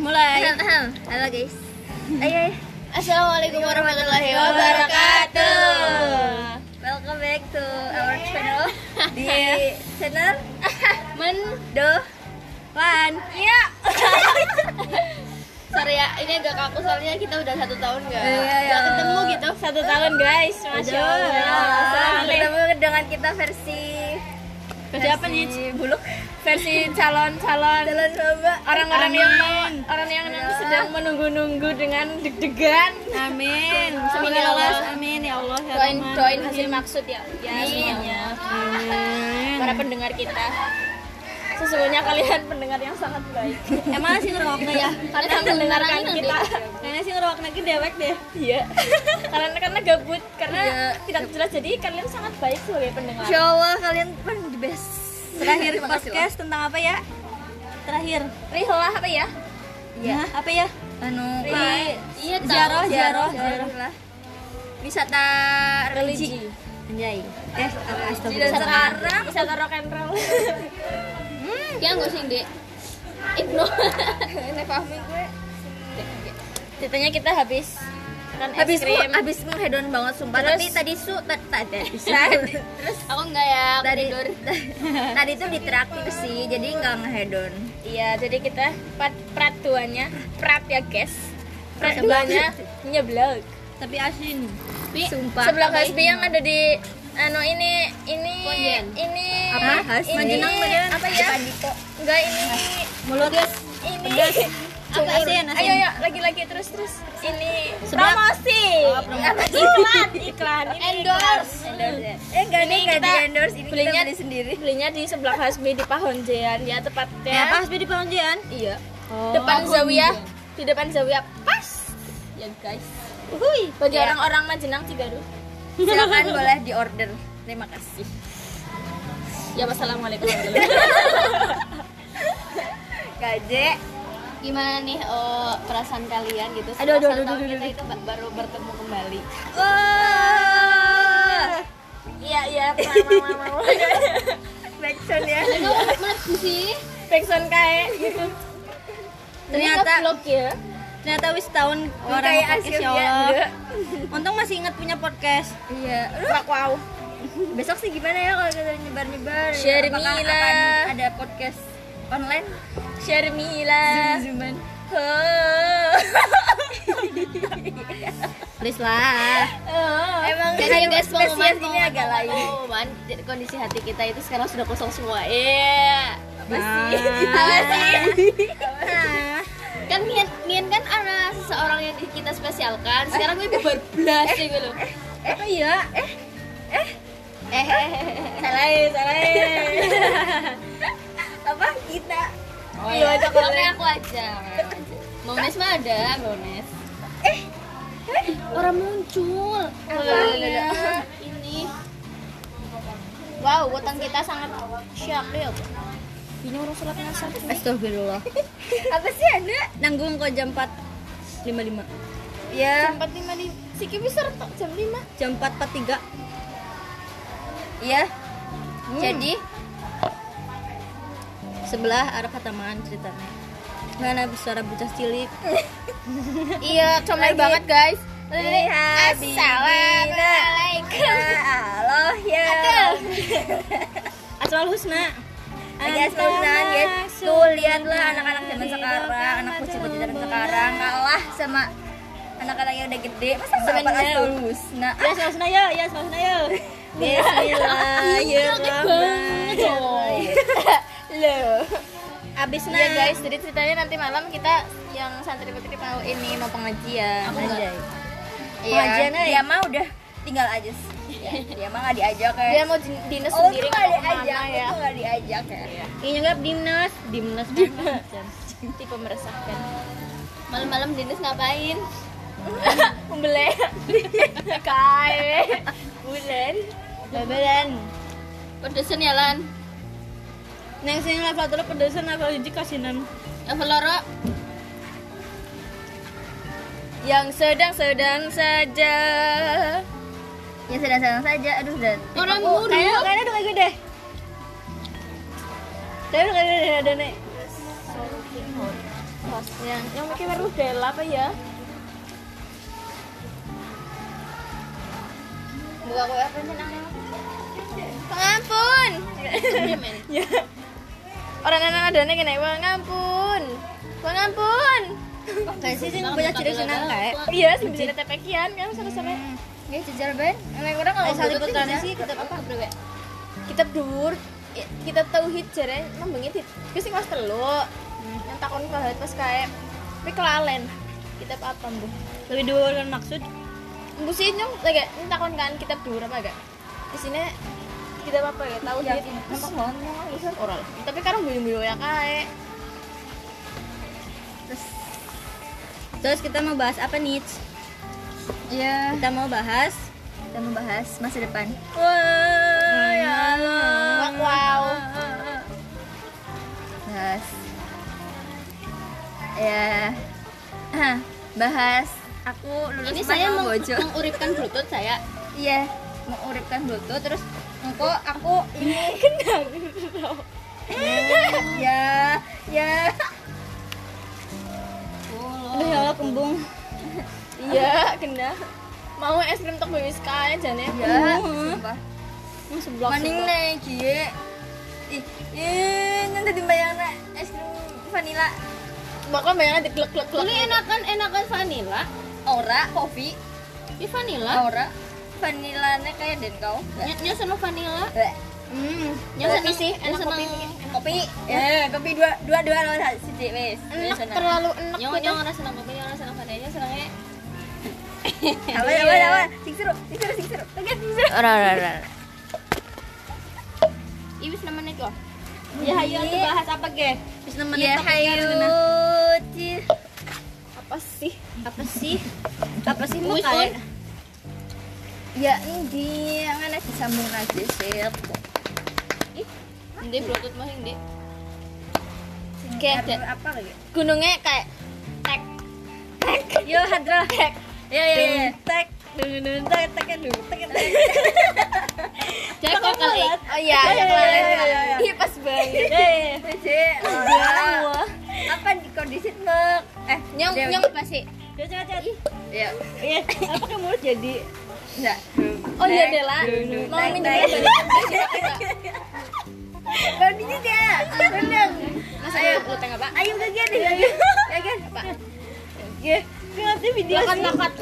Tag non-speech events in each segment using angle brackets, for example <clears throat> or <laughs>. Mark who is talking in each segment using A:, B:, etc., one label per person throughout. A: mulai.
B: Halo
A: <laughs>
B: guys. Ayo.
A: Assalamualaikum warahmatullahi
B: wabarakatuh.
A: wabarakatuh.
B: Welcome back to our
A: <laughs>
B: channel. Di
A: Yes.
B: channel
A: <laughs> Men,
B: Do One.
A: ya. Sorry ya, ini agak kaku soalnya kita udah satu tahun nggak
B: Iya, iya.
A: nggak ketemu gitu. Satu tahun guys, masya
B: Udah,
A: Allah.
B: Bertemu dengan kita versi
A: Siapa nih?
B: versi buluk
A: Versi calon-calon
B: jalan coba
A: orang-orang yang
C: Amin.
A: mau orang yang
B: Ya.
A: sedang menunggu-nunggu dengan deg-degan.
C: Amin.
A: Amin
C: Semoga
A: ya Allah.
C: lolos. Amin ya Allah. Ya
A: Doain
C: Rahman.
A: doain hasil maksud ya. Ya
C: semuanya.
A: Para pendengar kita. Sesungguhnya kalian pendengar yang sangat baik.
C: Emang sih ngerokna ya.
A: Iya, Kalian mendengarkan kita.
C: Kayaknya sih ngerokna ke dewek deh. <laughs>
A: Iya. karena karena gabut, karena tidak jelas. Jadi kalian sangat baik sebagai pendengar.
B: Iya. Insya Allah kalian pun the best
C: Terakhir
B: Terima kasih,
C: podcast tentang apa ya? Terakhir.
A: Rihlah apa ya?
C: Ya, apa ya?
B: Wak. Iya. anu
C: Ri-
A: Iya,
B: jaroh
C: Ziarah, ziarah, ziarah.
B: lah wisata religi
A: religi.
C: Anjay. Eh,
B: dan
C: astagfirullah.
B: sekarang
A: Wisata rock and roll. Iya,
D: Ya nggak sih, Dek?
A: Ibnu.
B: ini Fahmi gue
A: Ceritanya kita habis makan
B: habis
A: es krim.
B: habis hedon banget sumpah
A: Terus-
B: tapi tadi su tadi
C: <laughs>
B: tadi tadi terus
D: Aku nggak ya, aku
B: tadi <laughs>
D: tidur.
B: tadi tuh ditraktir sih jadi nggak ngehedon
A: Iya, jadi kita pat peratuannya prat ya, guys. Prat
B: <laughs>
A: duanya nyeblok.
C: Tapi asin.
B: sumpah
A: Sebelah Hasbi yang ada di anu ini ini ini
B: Apa? Hasbi?
A: ini
B: Manjenang, Manjenang.
A: apa ya? Enggak ini
C: Mulut
A: ini
C: Apa
B: ya,
C: asin, asin.
A: ayo ayo lagi lagi terus terus ini
C: Sebelah-
A: promosi
B: Oh,
A: Apa? iklan
B: <laughs>
A: iklan ini endorse
B: eh enggak
A: Ini
B: nih enggak di
A: kita
B: endorse ini
A: belinya-
B: kita beli sendiri
A: belinya di sebelah Hasbi di Pahonjean ya tepatnya
C: Ya, apa Hasbi di pengujian?
A: iya
D: Oh,
A: depan Zawiyah di depan Zawiyah pas
D: Ya guys.
A: Uhuy. bagi
B: Ya.
A: orang-orang Majenang Cigaru
B: <laughs> silakan boleh di order terima kasih
D: Ya wassalamualaikum
A: <laughs>
D: warahmatullahi wabarakatuh.
B: gaje
D: Gimana nih eh, perasaan kalian gitu?
A: Aduh, aduh,
D: setelah
A: aduh,
D: setahun
A: aduh,
D: kita itu ba- baru bertemu kembali.
B: oh
A: iya iya mau
D: <laughs>
A: mau
B: backsound ya
D: Kamu mati sih?
A: Pekson kae gitu
B: ternyata
A: vlog ya
C: Ternyata wis tahun orang
B: kayak
C: podcast
B: Asyaf ya
C: ya Allah.
B: enggak.
C: Untung masih ingat punya podcast.
B: iya Lu,
A: Pak wow
B: <laughs> besok sih gimana ya kalau kita nyebar nyebar
A: Shermila.
B: ada podcast online
C: Iya.
A: Shermila
B: Zuman
A: Oh.
C: Please lah.
A: Oh.
B: emang
D: Jadi guys,
B: hari
D: pengumuman,
B: Eh, spesies ini agak lain
D: pengumuman Jadi, kondisi hati kita itu sekarang sudah kosong semua. Iya.
B: Ah.
D: <laughs>
C: Nah. <laughs>
D: Kan niat niat kan ada seseorang yang kita spesialkan. Sekarang gue bubar blas gitu loh.
C: Oh
B: apa iya eh
D: Eh,
A: salah salah
B: apa kita
D: <laughs> Oh, iya, pokoknya aku aja. pokoknya aku aja. Mones mah ada, Mones. Eh, orang muncul. Ini. Wow, weton kita sangat siap deh. Ini orang surat nasar.
C: Astagfirullah.
B: <laughs> apa sih anda
C: Nanggung kok jam 4 55.
B: ya
D: Empat lima di Siki bisa retak jam lima.
C: Jam 4 43.
B: ya
C: Hmm.
B: jadi
C: sebelah arah kataman ceritanya mana suara bocah cilik
A: iya comel
B: Lagi.
A: banget guys
B: lihat
A: Assalamualaikum
B: Allah ya
C: asal husna
B: Ada semangat guys Tuh lihatlah anak-anak zaman
A: Iya,
B: sekarang Anak kucing-kucing zaman sekarang Kalah sama anak-anak yang udah gede Masa nggak
C: Sebenar.
B: bakal lulus Nah
A: Iya.
C: ya asal husna ya ya asal husna ya Iya, ya. Bismillahirrahmanirrahim
A: Loh.
C: abis
A: Nah,
C: nah
A: guys, jadi ceritanya nanti malam kita yang santri-santri mau ini mau pengajian.
C: Anjay.
B: Iya,
A: Pengajian aja.
B: dia mah udah tinggal aja sih. Ya, dia mah nggak diajak ya.
A: Dia mau din- dinas
B: oh,
A: sendiri
B: itu
A: nggak
B: nggak
A: mau kemana
B: diajak,
A: ya. Iya.
B: itu nggak diajak ya.
C: ini nggak dinas dimnas dimnas
A: Tipe meresahkan.
D: Malam-malam Dennis ngapain?
A: Umbele. Kae. Bulan.
C: bebelan
D: Pedesan ya Lan.
C: neng sini level terus pedesan level hiji kasinan
D: Level loro.
A: Yang sedang-sedang saja.
B: Ya sedang-sedang saja. Aduh, dan Oh,
D: Orang
A: Oh,
B: aku-
D: murung.
C: kayaknya kayaknya udah kayak gue deh tapi udah kayak gue deh ada nih
A: Mas. Yang yang pakai perudel apa ya?
D: Buka kue apa sih nang? Pengampun.
A: Ya. Orang anak adanya kena pengampun. Pengampun.
B: Oh, Kayak sih sih banyak cerita senang kayak.
A: Iya, sing bisa tepekian kan sampai-sampai
B: Ya jujur ben, emang kurang kalau
C: Eh, satu
B: menurut
C: putrane
A: ya?
D: ya.
B: sih
C: sih
B: kita apa?
A: kitab dhuwur i- kitab tauhid jare membengi di ku sing kelas telu.
D: Hmm.
A: Yang takon Fahad pas kae tapi kelalen. Kitab apa, Bu?
C: Lebih dua kan maksud
A: Bu sih nyong lagi ini takon kan kitab dhuwur apa gak? Di sini kitab apa
D: Iya.
A: ya? Tauhid.
B: Yakin. Emang ngono.
A: Terus oral. Tapi karang buyung-buyung ya kae.
C: Terus kita mau bahas apa nih?
B: Iya,
C: Kita mau bahas
B: kita membahas masa depan. Hmm.
C: Wah, ya Allah.
A: Wow. wow.
B: Bahas. Ya. <clears throat> Hah, bahas aku lulus
D: Ini saya
B: mau
D: meng-
B: bojo.
D: menguripkan butut saya.
B: Iya, menguripkan butuh terus engko aku
C: <laughs>
B: ini ya ya
D: Oh.
C: Aduh ya Allah kembung
A: <laughs> Iya, kena. Mau es krim tok buyung kae jane.
D: Iya.
B: ya sumpah
A: Uh, Mau seblak.
B: Maning nih, gie. Ih, ih, nanti dibayangna es krim vanilla.
A: Bakal bayangin diglek-glek-glek.
D: Ini enakan enakan vanilla.
B: Ora, kopi.
D: Ini vanilla.
A: Oh.
B: Ora. Vanilanya kayak den kau.
D: Ny- Nyusun lo vanilla.
B: Bleh.
A: Hmm.
D: Nyusun
A: Kopi sih, enak
D: nyusun
A: kopi.
D: nang-
B: Kopi. Ya, kopi dua dua dua lawan siji wis.
A: Enak
B: Wis, enak.
A: terlalu enak
D: Nyong
A: gitu.
D: nyong orang senang kopi, nyong orang senang vanilla, senangnya
B: Awan, awan, awan. Sing seru, sing seru, sing seru. Oke, sing seru.
C: Ora ora ora
D: Iwis nemen iki loh.
C: Ya ayo tuh bahas apa ge? Terus nemenin
A: Iya,
B: Ya,
C: topiknya
B: hayu.
C: gimana?
B: Ci.
A: Apa sih?
C: Apa sih? Apa sih mau
D: Wis,
C: kayak?
D: Un.
B: Ya, ini yang enak disambung lagi, sip.
D: Ndi butut mah ndi.
B: Oke, apa lagi?
A: Gunungnya kayak tek
B: Yo, Hadra. Ya, ya, ya.
A: tek dun dun tek tek dun tek tek.
D: Jadi kok kali
A: Oh iya, yang
B: iya,
A: lain.
B: iya, iya, iya.
A: Ih, pas banget.
B: Ci, ora. Apa di kondisi mek? Eh,
A: Nyong
B: Dewi.
A: nyong apa sih?
B: Ya,
C: Ya, apa kamu jadi?
B: enggak.
A: Oh iya
B: Tek,
A: Dela.
B: dun, dun,
A: Mau
B: tek,
A: minjem
B: tek.
A: balik.
B: Kondisi dia. Bener.
A: Mas ayo
B: Ayo.
A: lu tengah Pak.
B: Ayo kagian deh, kagian. Kagian.
A: Apa?
C: Ge, ge ngerti video
A: Lakot
C: sing.
A: lakot.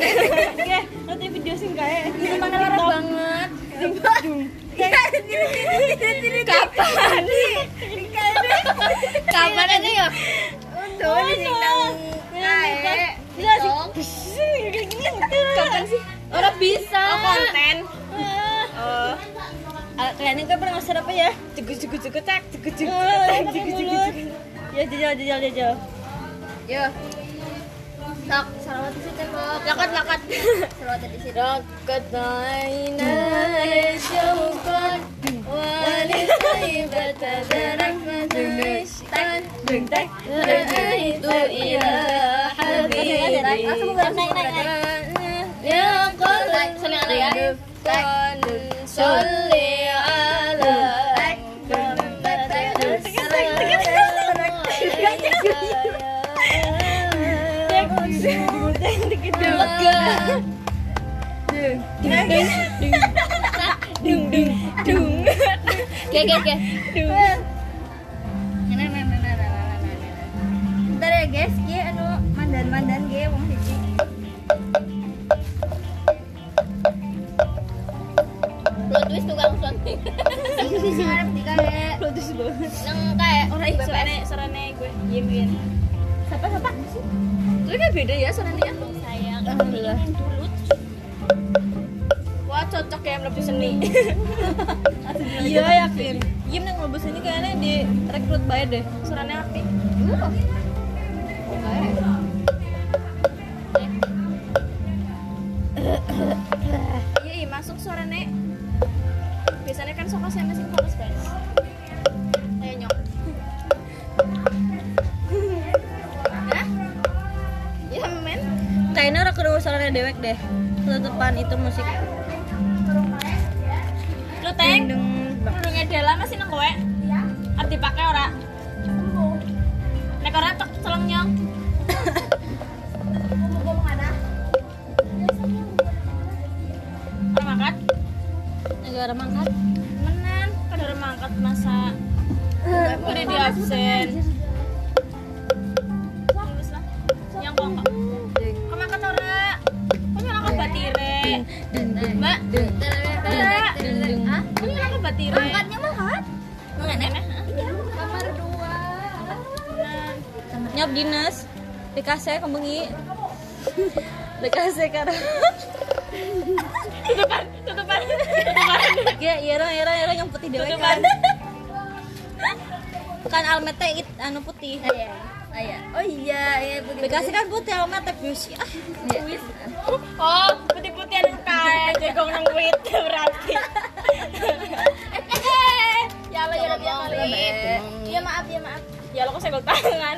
C: Ge, ngerti video sing kayak.
A: Emang parah banget.
B: Kapan?
A: Kapan aja ya?
B: Untung di sini nang kae.
C: Gila sih. Gini, gini, gini.
A: Kapan sih? Orang bisa. Oh, konten.
C: Oh. Ah, kalian kan pernah ngasih apa ya? Jegu jegu jegu tak, jegu jegu tak, jegu jegu jegu. Ya jajal jajal jajal.
B: Yo. Sok, salawat di situ, Kok.
A: Lakot lakot.
B: <laughs> Salawat di situ.
A: Lakot aina syauqan wa lisaibata darahmatan.
C: Jeng tak.
A: Rajaitu ila habibi.
B: Langsung berangkat.
A: Ya
D: Naik,
A: qalbi.
D: seneng anak ya.
A: Sholli ala
C: Iya, iya,
D: Oke oke oke.
B: Bentar ya guys, ki anu mandan-mandan ki wong siji.
D: Plot twist tukang plot.
B: Sing sing arep dikae.
C: Lotus banget.
D: Nang kayak
A: Orang ibu sarane sarane gue yin yin.
B: Siapa-siapa?
A: Tapi kan beda ya sarane ya.
D: saya
B: Alhamdulillah.
D: dulu
A: Wah cocok ya lebih seni.
C: Iya yakin. Yim yang lulus ini kayaknya di rekrut bayar deh.
A: Sarane apik. Iya iya masuk sarane. Biasanya kan soko saya masih fokus guys. Ayo nyok. Hah? Ya men.
C: Kayaknya orang kedua suaranya dewek deh. Penutupan itu musik.
A: Lu teng. Kerudungnya Dela masih nang kowe? Iya. Arep dipakai ora? Nek ora tok celeng nyong.
C: ngangkat kan masa udah di absen Lulus lah. yang kok kok kok ngangkat ora kok nyolong ke batire mbak ora kok nyolong ke batire
B: Angkatnya mah kan?
C: Mengenai?
B: Kamar dua.
C: nyop dinas di kase kembengi di kase karena tutupan tutupan tutupan ya iya orang iya orang yang putih dewe kan kan almete it anu putih
B: Iya. Ah, iya. Oh iya, iya putih.
C: Bekasi kan putih almete bius ah
B: Iya.
C: oh putih putih anu kae jagung nang wit berarti
A: ya Allah ya Rabbi ya Malik ya maaf ya maaf
C: ya lo kok senggol tangan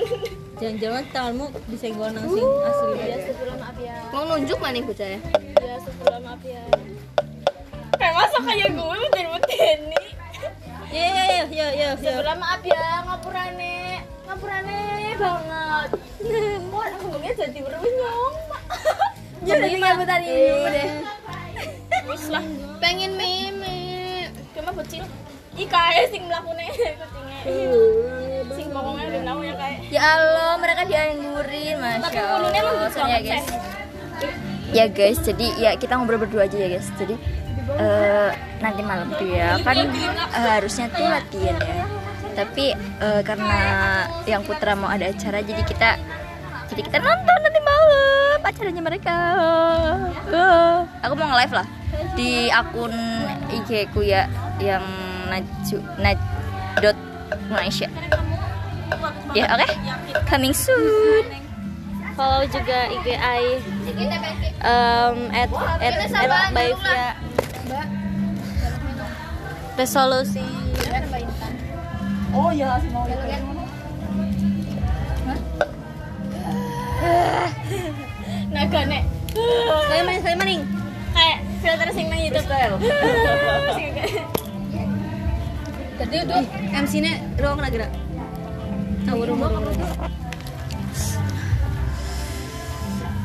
C: jangan-jangan tanganmu disenggol nang sing asli
A: ya sebelum maaf ya
D: Mau nunjuk mana nih bocah ya?
A: ya sebelum maaf ya
C: kayak masuk kayak gue putih-putih nih
A: Iya,
C: Yo yo yo yo yo yo.
A: sebelum maaf ya ngapurane ngapurane banget kok ngomongnya jadi berunyong
B: Jadi kamu Ya, tadi dulu deh.
C: Wis lah.
A: pengen meme
C: Cuma bocil. Ih kae sing mlakune kucinge.
B: Hmm.
C: Sing pokoknya udah tahu ya kae.
B: Ya Allah, mereka dianggurin,
C: Tapi
B: masya
C: kulunnya emang
B: Allah.
C: bagus
B: Sorry ya
C: banget,
B: guys.
C: Sen.
B: Ya guys, jadi ya kita ngobrol berdua aja ya guys. Jadi eh, nanti malam tuh ya kan eh, harusnya tuh latihan ya. Tapi eh, karena yang Putra mau ada acara, jadi kita jadi kita nonton nanti malam acaranya mereka. Eh, Aku mau nge-live lah di akun IG ku ya yang naju naj dot Malaysia. Ya oke, coming soon.
C: Follow juga IG I um, at at at Baivia. Resolusi. Oh ya, sih mau Naga nek. Saya maning, saya maning. Kayak filter sing nang YouTube <laughs> Jadi udah MC nya ruang kena gerak. Tahu ruang kena gerak.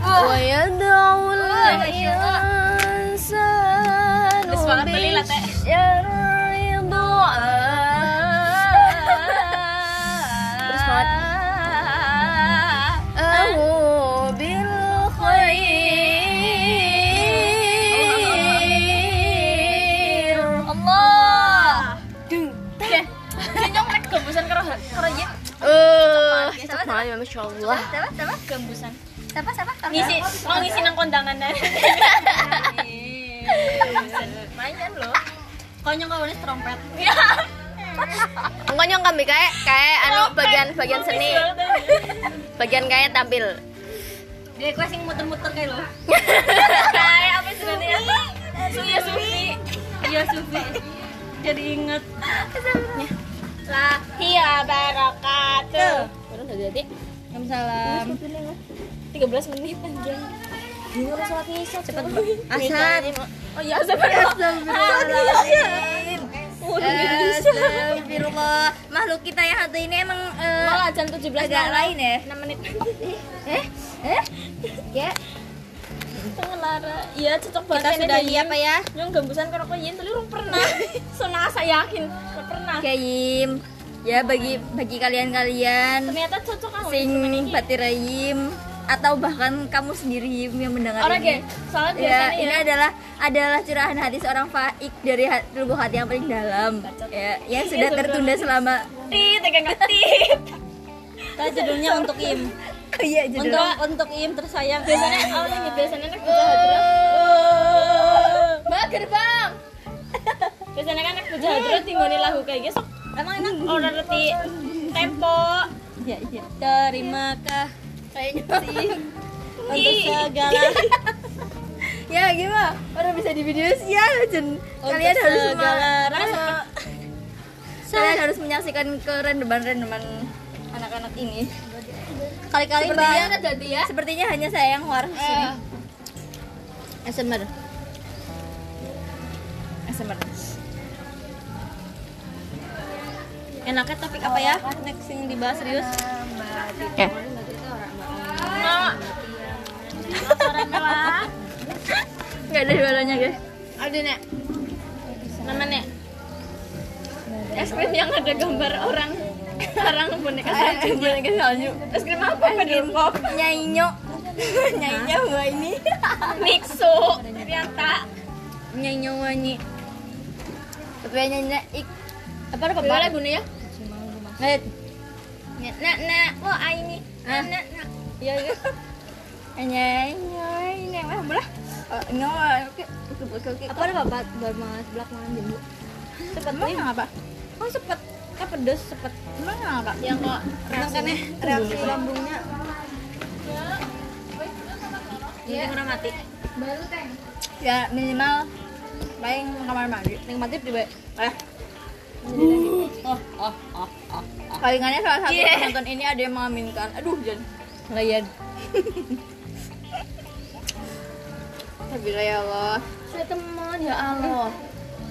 B: ويدعو الإنسان
C: Terus banget beli latte.
B: بالشر دعاءه بالخير الله
C: Nyong nek gembusan karo karo ya.
B: Eh,
D: Cepat ya, Masya Allah
B: sama sama gembusan sama sama
C: Ngisi, mau ngisi nang kondangan nih. Lumayan loh. Konyong kau nih trompet.
D: Pokoknya kami kayak kayak anu bagian bagian seni,
C: ya.
D: bagian kayak tampil.
C: Dia kau sing muter-muter kayak lo. Kayak apa sih namanya? Suya Sufi. Iya Sufi. Jadi inget. Lah,
A: Iya,
C: hiya barakatuh. Baru udah jadi. Salam. 13 menit panjang. Cepet banget. Asar. Oh iya, asar.
B: Astagfirullahaladzim
C: iya. Astagfirullah.
B: Astagfirullah Makhluk kita yang satu ini emang eh,
C: Malah jam 17
B: agak
C: malam.
B: lain ya
C: 6 menit.
B: Eh? Eh? Ya?
C: Tengah lara. Iya, cocok banget.
B: Kita sudah iya apa ya?
C: Nyong gembusan karo koyen telu rung pernah. <laughs> Senang saya yakin, rung pernah.
B: Kayim Ya bagi bagi kalian-kalian
C: Ternyata cocok kan.
B: Sing batirayim Atau bahkan kamu sendiri Yim, yang mendengar
C: Orang
B: ini
C: ge, soalnya
B: Ya,
C: biasanya
B: ini
C: ya.
B: adalah adalah curahan hati seorang faik dari hat- lubuk hati yang paling dalam. Ya, yang sudah tertunda selama
C: Iya, Tit, agak ngetit. Kita judulnya untuk Im.
B: <laughs> Oh iya judul.
C: Untuk untuk Im tersayang. Biasanya
A: oh,
C: awalnya nih biasanya nek bocah hadroh. Mbak gerbang. Biasanya kan nek bocah hadroh tinggoni lagu kayak gitu. sok Emang enak orang ngerti tempo. Iya, iya. Terima kasih
B: <laughs>
C: untuk segala
B: Ya gimana? Orang bisa di video ya Jun. Kalian
C: Untuk
B: harus
C: segala
B: me-
C: rasa.
B: Kalian harus menyaksikan kerendeman-rendeman anak-anak ini. Kali-kali
D: Sepertinya
B: Mbak,
D: ada dia.
A: ya.
B: sepertinya hanya saya yang war sini.
C: ASMR.
B: ASMR.
C: Enaknya topik apa ya? Next yang dibahas serius.
B: Ya.
C: Enggak ada juaranya, guys. Ada, Nek. Nama, Nek. Eh,
A: es krim yang ada gambar orang orang boneka salju Eh, boneka salju es krim apa pedal pop
B: <laughs> Nyainyo. Nyainyo gua ini.
A: mixo ternyata
B: Nyainyo wani. Tapi nyanyi ik.
A: apa apa apa lagunya ya
B: Eh,
A: nak nak oh ai ini nak nak nak
B: Iya, nyanyi ini apa bola? Nyo. Eh, Oke, oke, oke.
C: Apa ada babat baru mas belak malam jembu?
B: Emang apa?
C: Oh sepet, kan pedes sepet.
B: Emang apa?
A: yang kok
C: Makanya reaksi lambungnya. Ini kurang mati.
B: Iya. Ya minimal paling kamar mandi.
C: Yang mati di baik. Oh,
B: Palingannya salah satu
C: Iya.
B: penonton ini ada yang mengaminkan. Aduh, Jan.
C: Ngeliat.
B: Tapi ya Allah.
A: saya teman ya
C: Oh,
A: Allah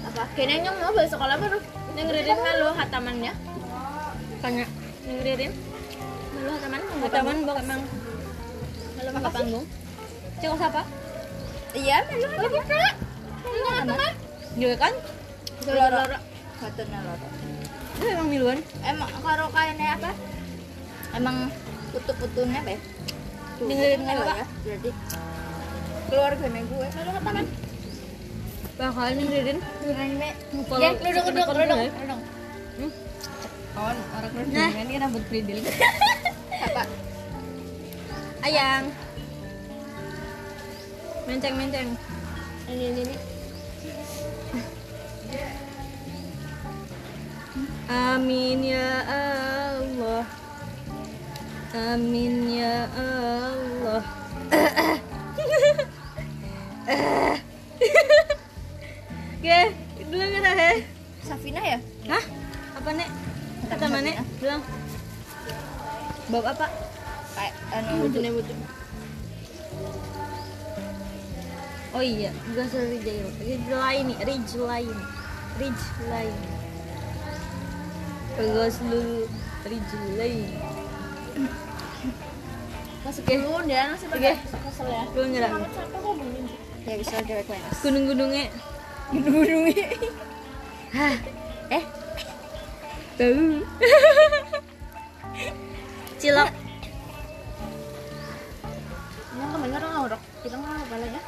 A: apa kayaknya mau balik sekolah baru dengerin malu hatamannya
C: Tanya.
A: dengerin malu hataman nggak
C: Teman bawa emang.
A: malu nggak panggung
C: Cek siapa?
B: Iya, memang ada buka.
A: teman
C: Juga kan?
B: Loro. Katanya loro.
C: Itu emang miluan.
B: Emang kalau kayaknya apa? Emang putu-putunya apa ya? Tuh,
C: Dengerin
B: bukan
C: apa?
B: ya? Berarti keluarganya gue. Malu hataman.
C: Bakal dengerin.
B: Dengerin
C: Lupa
A: ya duduk duduk duduk duduk
C: Kawan hmm? Oh, orang kerudung kan ini rambut kridil.
B: apa?
C: Ayang. Menceng menceng.
A: ini ini ini
C: Amin ya Allah. Amin ya Allah. Oke, dulu kan, kita he.
B: Safina ya?
C: Hah? Apa nek? Kata mana? Bilang. Bab apa?
B: Kayak anu
C: Butuh butuh. Oh iya, gak usah Rijal. Rijal lain nih, Rijal lain. Rijal lain. Bagus dulu Rijal lain.
A: masuk dulu ya nasi
C: Oke.
A: pakai kesel ya
C: Lu nyerang.
A: siapa kok bunyi
B: ya bisa direct lines.
C: Gunung-gunungnya.
B: Gunung-gunungnya. Hah. Eh,
C: Tahu. <laughs> Cilok.
A: yang kemarin orang ngorok kita nggak balik ya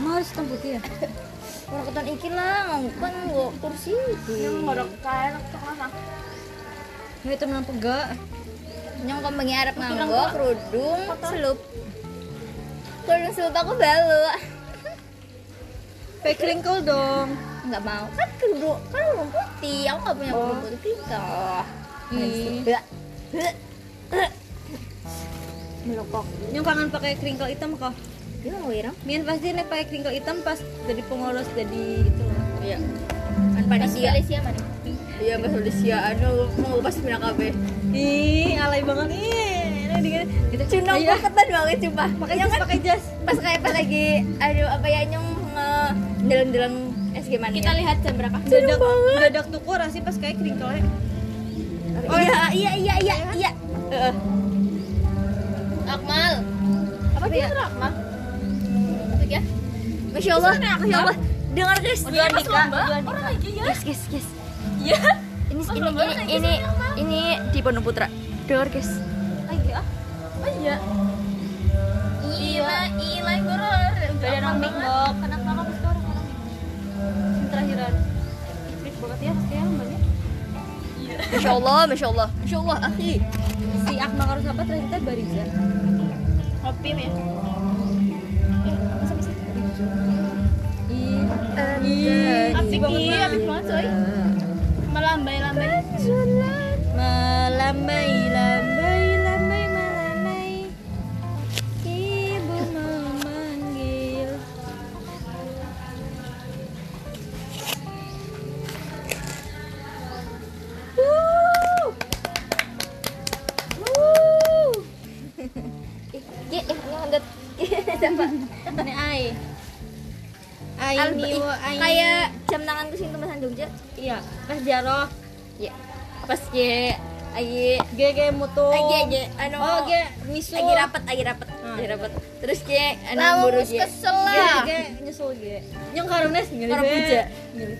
C: Emang harus hitam putih ya?
B: orang keton iki lah, kan gua kursi.
A: yang ngorok kayak tuh kenapa
C: Nggak hitam lampu gak?
B: Nyong kembengi Arab nganggo kerudung selup. Kerudung selup aku balu.
C: Pakai kringkol dong.
B: Enggak mau. Kan kerudung kan kerudung putih. Aku enggak punya kerudung putih kita.
C: Ih.
B: Melokok.
C: Nyong kangen pakai kringkol hitam kok.
B: Dia mau irang.
C: Mian pasti nek pakai kringkol hitam pas jadi pengurus jadi itu.
B: Iya. Kan Malaysia.
A: Malaysia mana
B: Iya, pas Malaysia. Anu mau pas pindah kabeh.
C: Ih, alay banget. Ih, ini dingin. Kita
B: Cunong
C: Ayo,
B: kok ketan banget sumpah.
C: pakai
B: Nyong
C: jas,
B: kan
C: pakai
B: <laughs>
C: jas.
B: pas kayak pas lagi aduh apa ya nyong ngedeleng-deleng SG mania.
A: kita lihat jam berapa
C: Dadak, dadak tuku rasi pas kayak kringkolnya.
B: Oh iya iya iya iya iya.
C: Heeh.
A: Akmal apa dia suruh Akmal Masuk ya
B: Masya Allah, Masya Allah. Dengar guys.
C: Udah nikah, udah nikah.
A: orang lagi ya
B: Guys, guys, guys.
A: Iya.
B: Ini ini ini ini, ini di Pondok Putra. Dengar guys.
A: lagi ah oh iya Ila, Ila, guru Udah ada orang bingung Kenapa kamu sekarang orang Terakhiran Trik banget ya, kayaknya mbaknya
B: Masya Allah, Masya Allah, Masya Allah, akhi.
C: Si Akmal harus apa ternyata Bariza.
A: Kopi ya
C: Iya. Ih.
A: Asik iya, asik banget coy Melambai-lambai
C: Melambai, lambai, lambai, melambai. Ibu memanggil. Wuh.
B: <laughs>
C: Wuh.
B: Ki, eh, <laughs> ngandet. Siapa?
C: Ini ai. Ai
B: Al-
C: ni
B: ih,
C: wo ai.
B: Kayak jam tanganku sing temenan Jogja.
C: iya, pas jaroh.
B: Iya. Pas ge ayi
C: Gege mutu.
B: ayi ayi anu
C: Oh, ge misu.
B: Lagi rapat, lagi rapat,
C: Hmm.
B: lagi rapat. Terus anu, kayak
A: Lah,
B: anak buru
A: wes
B: dia.
A: kesel
C: Ge,
A: lah
C: ge nyusul ge. Nyong karunes ngilih.
B: Orang Iya. puja.
C: Ngilih.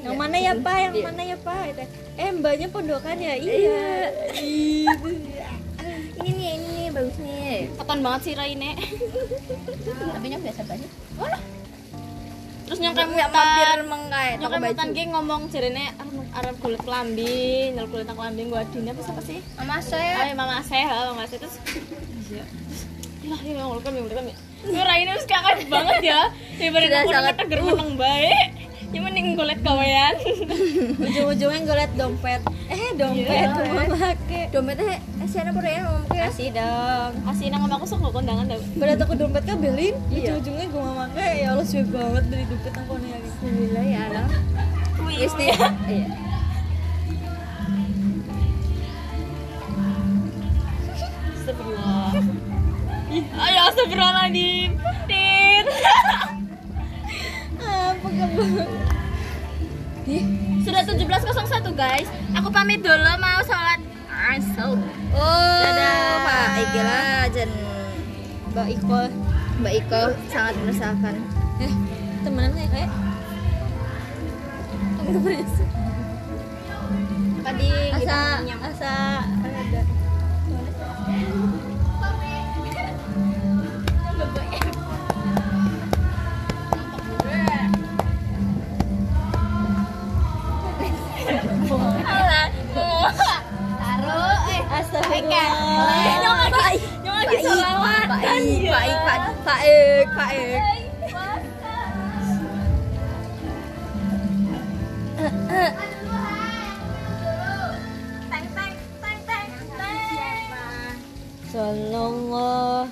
C: yang mana ya pak yang mana ya pak Gitu. eh mbaknya pondokan ya iya
B: ini nih ini nih bagus nih
D: Keton banget sih Raine.
B: tapinya biasa aja
D: Terus nyong
B: kamu
D: kamu
B: mampir mengkait
D: Nyok remutan ki ngomong jarene arep kulit klambi, nyel kulit klambi gua adine apa siapa sih?
B: mama saya
D: Ayo mama saya, halo mama saya terus. Iya. Lah ya ngono kan ngono kan. Yo ra ini wis kakak banget ya. Ya bareng
B: Sudah
D: aku
B: sangat-
D: teger meneng bae. Ya mending golek gawean.
C: ujung-ujungnya ngeliat dompet eh dompet
D: Iya,
C: cuma pakai
B: dompetnya eh, siapa pernah ya ngomong ke
C: kasih dong
D: Kasih nang omahku sok nggo kondangan dah.
C: berarti aku dompet kan beliin ujung-ujungnya gue mau pakai ya Allah suwe banget beli dompet aku nih
B: Alhamdulillah ya Allah
D: Gusti.
B: iya
D: <laughs> Astagfirullah. Ih, ayo astagfirullahaladzim. Tit.
C: apa kamu
D: Sudah 17.01 guys. Aku pamit dulu mau sholat Ah, asal.
B: oh
D: Dadah.
B: pak Igela dan
C: Mbak Iqbal
B: Mbak Iko sangat meresahkan
C: eh temenan kayak kayak
D: Tadi
B: Iya,
D: kita
C: asa
D: nyam-
C: asa ada
D: Alah, mau.
B: taruh eh
C: Astagfirullah
D: Nyong lagi, nyong lagi sholawat. kan? E,
B: Pak Ik Pak Ik Pak Ik Pak Ik Pak Ik E,
C: Sallallahu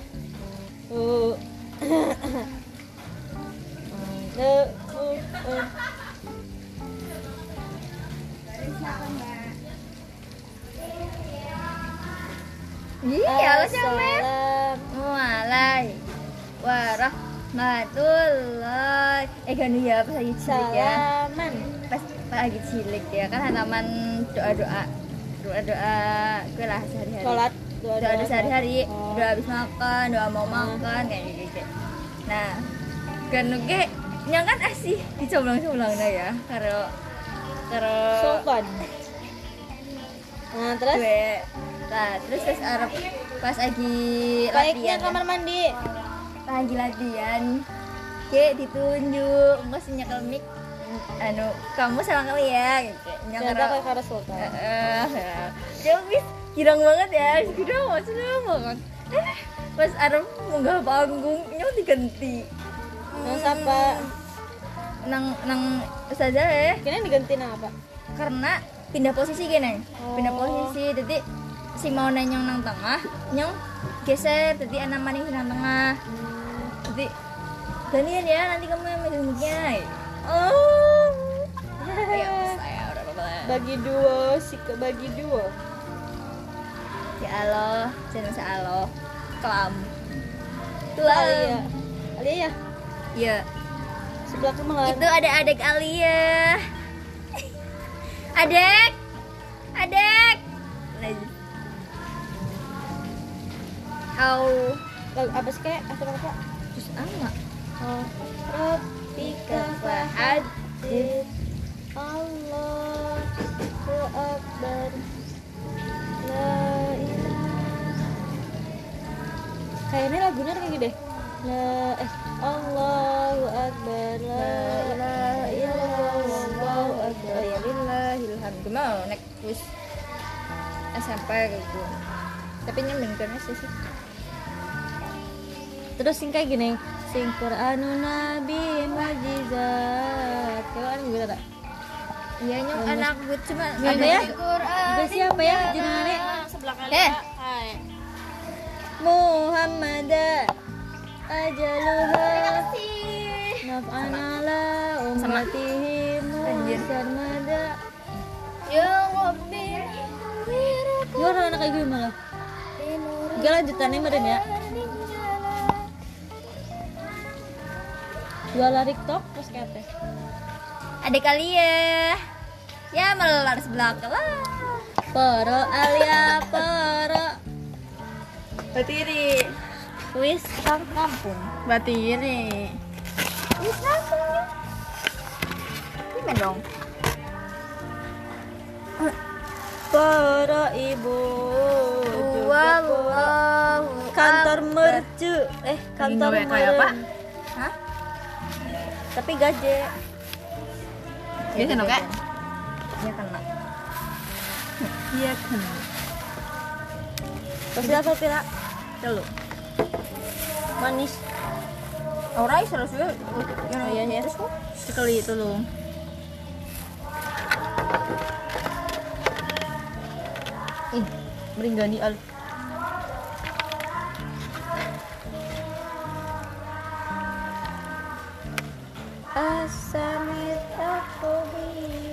B: iya lo siapa Walai warahmatullahi eh kan ya pas lagi cilik ya
C: Salaman
B: pas, pas lagi cilik ya kan halaman doa doa doa doa gue lah sehari hari
C: Sholat
B: doa doa sehari hari
C: Oh.
B: doa habis makan doa mau makan kayak gitu, gitu nah kan gue yang kan asih dicoblong coblong ya karo karo
C: Sopan Nah terus
B: gue lah Nah, terus terus arep pas lagi latihan
C: Baiknya
B: ya,
C: kamar mandi
B: lagi latihan ke ditunjuk engko sing nyekel mic anu kamu salah kali ya gitu
C: Ternyata kayak
B: nyekel
C: karo Sultan
B: dia wis girang banget ya girang maksudnya banget Eh, pas arep munggah panggung nyok diganti
C: Nah siapa
B: nang nang saja ya
C: Kini diganti nang apa?
B: karena pindah posisi gini pindah posisi jadi si mau nanyong nang tengah nyong geser jadi anak maning nang tengah jadi Daniel ya nanti kamu yang megangnya oh ya saya udah pelan
C: Bagi dua Sik bagi dua
B: ya Allah jangan usah Allah kelam
C: Alia
B: kelam
C: Alia ya
B: ya
C: Sebelah kamu
B: Iya. itu ada adik Alia adek adek lagi Au.
C: Lagu apa sih kayak apa apa?
B: terus anak
C: Oh, Rabbika fahadid Allahu Akbar La ilaha Kayaknya lagunya kayak gini deh La eh Allahu Akbar La ilaha illallah Akbar Oh, iya,
B: Gimana nek wis SMP kayak gitu. Tapi nyembengkernya sih sih.
C: Terus sing kayak gini Sing Qur'anun Nabi Majizat Kalian gue tak?
B: Iya nyong anak gue cuma
C: Siapa ya? Gue siapa ya? Jenengane
D: Sebelah kali.
B: Eh.
D: Kak. Hai.
C: Muhammad eh, ajaluha naf'an ala ummatihi muhammada
B: Ya Rabbi.
C: ya orang anak kayak gue malah gak lanjutannya meren ya dua lari tok terus kate
B: Adik Alia. Ya melar sebelah kelas.
C: poro alia poro
B: Batiri.
C: wis sang kampung
B: Batiri. Bisa dong. Gimana dong?
C: Koro ibu
B: Wallahu
C: Kantor
B: akbar.
C: mercu Eh kantor
B: Ini kayak apa?
C: meren
B: Hah?
C: Tapi gaje
B: Dia kena kan? Dia kena. Dia kena.
C: Terus apa pila? Telu Manis Oh,
B: Orang serius ya? Iya iya.
C: Sekali itu loh Ih, meringgani al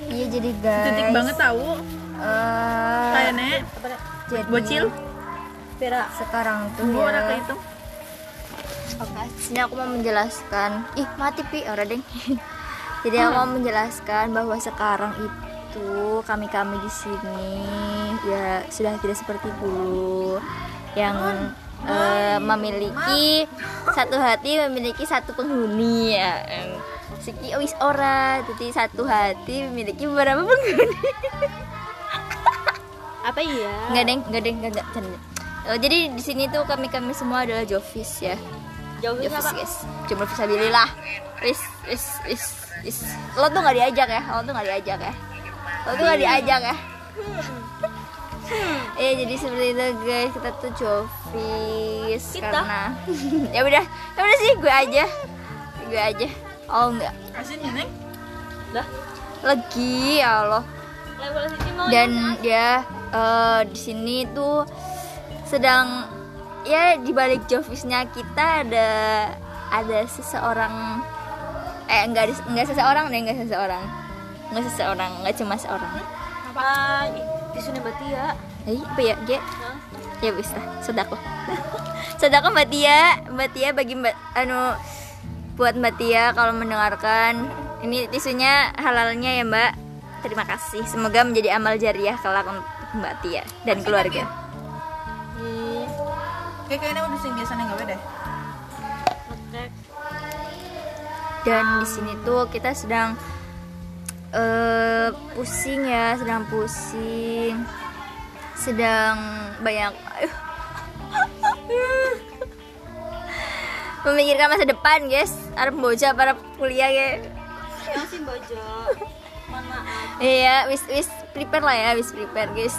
B: Iya jadi guys.
E: titik banget tahu
B: Eh,
E: kayak nek
B: jadi
E: bocil
C: Pira
B: Sekarang tuh
E: gua ada
B: ya.
E: kehitung
B: Sini aku mau menjelaskan. Ih mati pi orang deng. <laughs> jadi aku
E: Hmm.
B: mau menjelaskan bahwa sekarang itu kami kami di sini ya sudah tidak seperti dulu yang eh, memiliki satu hati memiliki satu penghuni ya. Em, Siki wis ora, jadi satu hati memiliki beberapa penghuni.
A: Apa iya?
B: Nggak deng, nggak deng, nggak nggak, canda. Eh, jadi di sini tuh kami kami semua adalah Jovis ya.
A: Jauh
B: Ya wis guys, cuma bisa pilih lah. Wis wis wis wis. Lo tuh nggak diajak ya, lo tuh nggak diajak ya. Lo tuh nggak diajak ya. Iya jadi seperti itu guys kita tuh Jovis karena <laughs> ya udah ya udah sih gue aja gue aja oh enggak
E: asin ya neng
B: legi ya Allah
A: Level sini mau
B: dan dia eh, di sini tuh sedang ya di balik Jovisnya kita ada ada seseorang eh enggak ada- enggak seseorang deh enggak seseorang enggak seseorang enggak cuma seorang
A: apa? Di sini berarti ya.
B: eh apa ya Ge? ya bisa <laughs> sedako sedako mbak Tia mbak Tia bagi mbak anu buat mbak Tia kalau mendengarkan ini tisunya halalnya ya mbak terima kasih semoga menjadi amal jariah kelak untuk mbak Tia dan keluarga
A: Iya.
E: kayak kayaknya udah sing biasa neng gawe deh
B: dan di sini tuh kita sedang eh, pusing ya sedang pusing sedang banyak <laughs> memikirkan masa depan guys harap bocah para kuliah ya
A: Ya sih bojo.
B: iya wis wis prepare lah ya wis prepare guys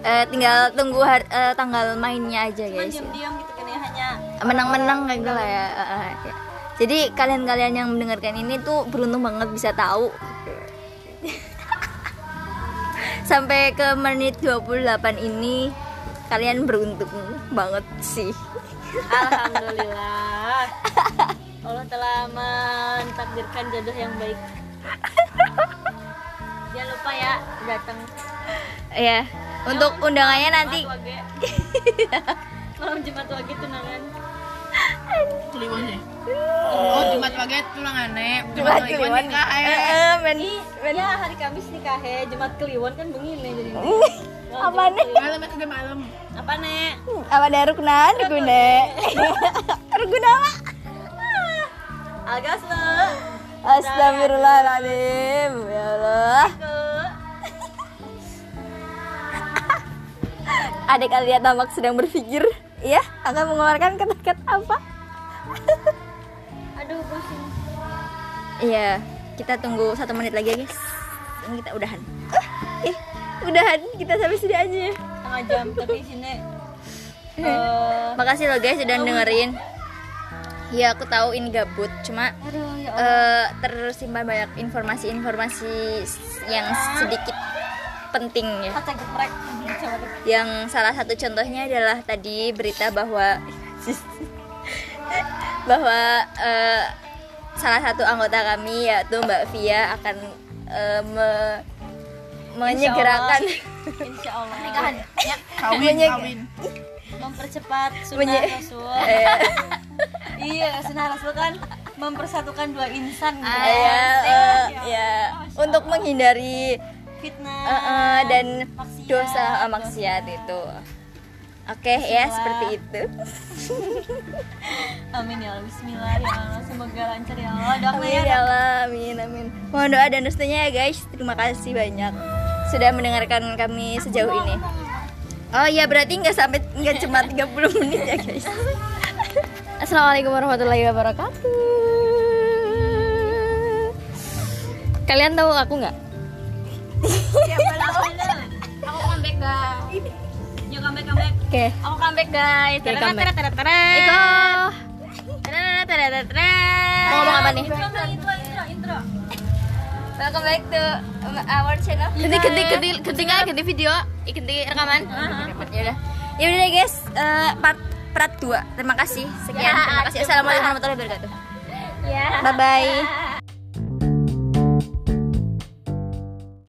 B: Eh, tinggal tunggu har- eh, tanggal mainnya aja
E: Iya
B: guys ya.
A: Diam-diam gitu kan ya hanya
B: menang-menang kayak gitu lah ya. Eh, eh, ya. Jadi kalian-kalian yang mendengarkan ini tuh beruntung banget bisa tahu. <laughs> Sampai ke menit 28 ini kalian beruntung banget sih.
A: alhamdulillah. Allah telah mentakdirkan jodoh yang baik.
E: <laughs>
A: Jangan lupa ya datang
B: Ya, untuk undangannya nanti
A: wage. Malam Jumat wage tunangan.
E: kliwon ya oh jumat pagi tulang aneh jumat pagi nikah
B: Eh,
E: eh
B: eh, men
A: Ya hari Kamis nikahe, Jumat Kliwon kan begini jadi.
B: apa nih?
E: malam itu udah malam
A: Apa nek?
B: Apa ada ruknan rukune? <laughs> Rukuna apa?
A: Algas lo.
B: Astagfirullahaladzim Ya Allah <laughs> Adik Alia Tamak sedang berpikir Ya, akan mengeluarkan kata-kata apa?
A: Aduh pusing.
B: Iya, kita tunggu satu menit lagi ya guys Ini kita udahan Ah, Eh, udahan, kita sampai sini aja ya.
A: Setengah jam tapi sini eh,
B: Makasih loh guys sudah dengerin Ya, aku tahu ini gabut Cuma
A: aduh ya
B: eh, tersimpan banyak informasi-informasi yang sedikit penting ya
A: kaca geprek coba deh.
B: yang salah satu contohnya adalah tadi berita bahwa <laughs> bahwa eh, salah satu anggota kami yaitu Mbak Via akan eh, me- menyegerakan
A: Insya Allah pernikahan
B: <laughs>
E: kawin
B: Banyak.
E: kawin
A: mempercepat sunnah
B: Menye-
A: rasul
E: <laughs>
B: eh,
A: iya sunnah rasul kan mempersatukan dua insan gitu.
B: eh, ya, eh, ya, untuk menghindari
A: fitnah
B: eh, eh, dan
A: maksiat.
B: dosa eh, maksiat itu. Oke ya seperti itu.
A: amin ya Allah Bismillah ya Allah semoga lancar ya Allah doakan
B: Amin ya Allah, amin amin. Mohon doa dan restunya ya guys. Terima kasih banyak. sudah mendengarkan kami sejauh ini. Oh ya berarti nggak sampai nggak
A: <laughs>
B: cuma 30 menit ya guys.
A: Assalamualaikum warahmatullahi wabarakatuh. Kalian tahu aku
B: <laughs>
A: nggak?
C: Aku comeback guys. Yo comeback comeback.
A: Oke.
C: Aku comeback guys.
A: Oke,
C: Teret
A: comeback.
C: teret teret teret.
A: Iko.
C: Teret teret teret.
A: Mau ngomong apa nih?
C: Intro intro intro intro.
B: Welcome back to um, our channel.
A: Ganti ganti ganti ganti nggak? ganti video, Ih, ganti rekaman.
B: Ya udah. Ya udah deh guys, eh, part part 2. Terima kasih. Sekian. Terima kasih. Assalamualaikum warahmatullahi wabarakatuh.
C: Ya.
B: Bye bye.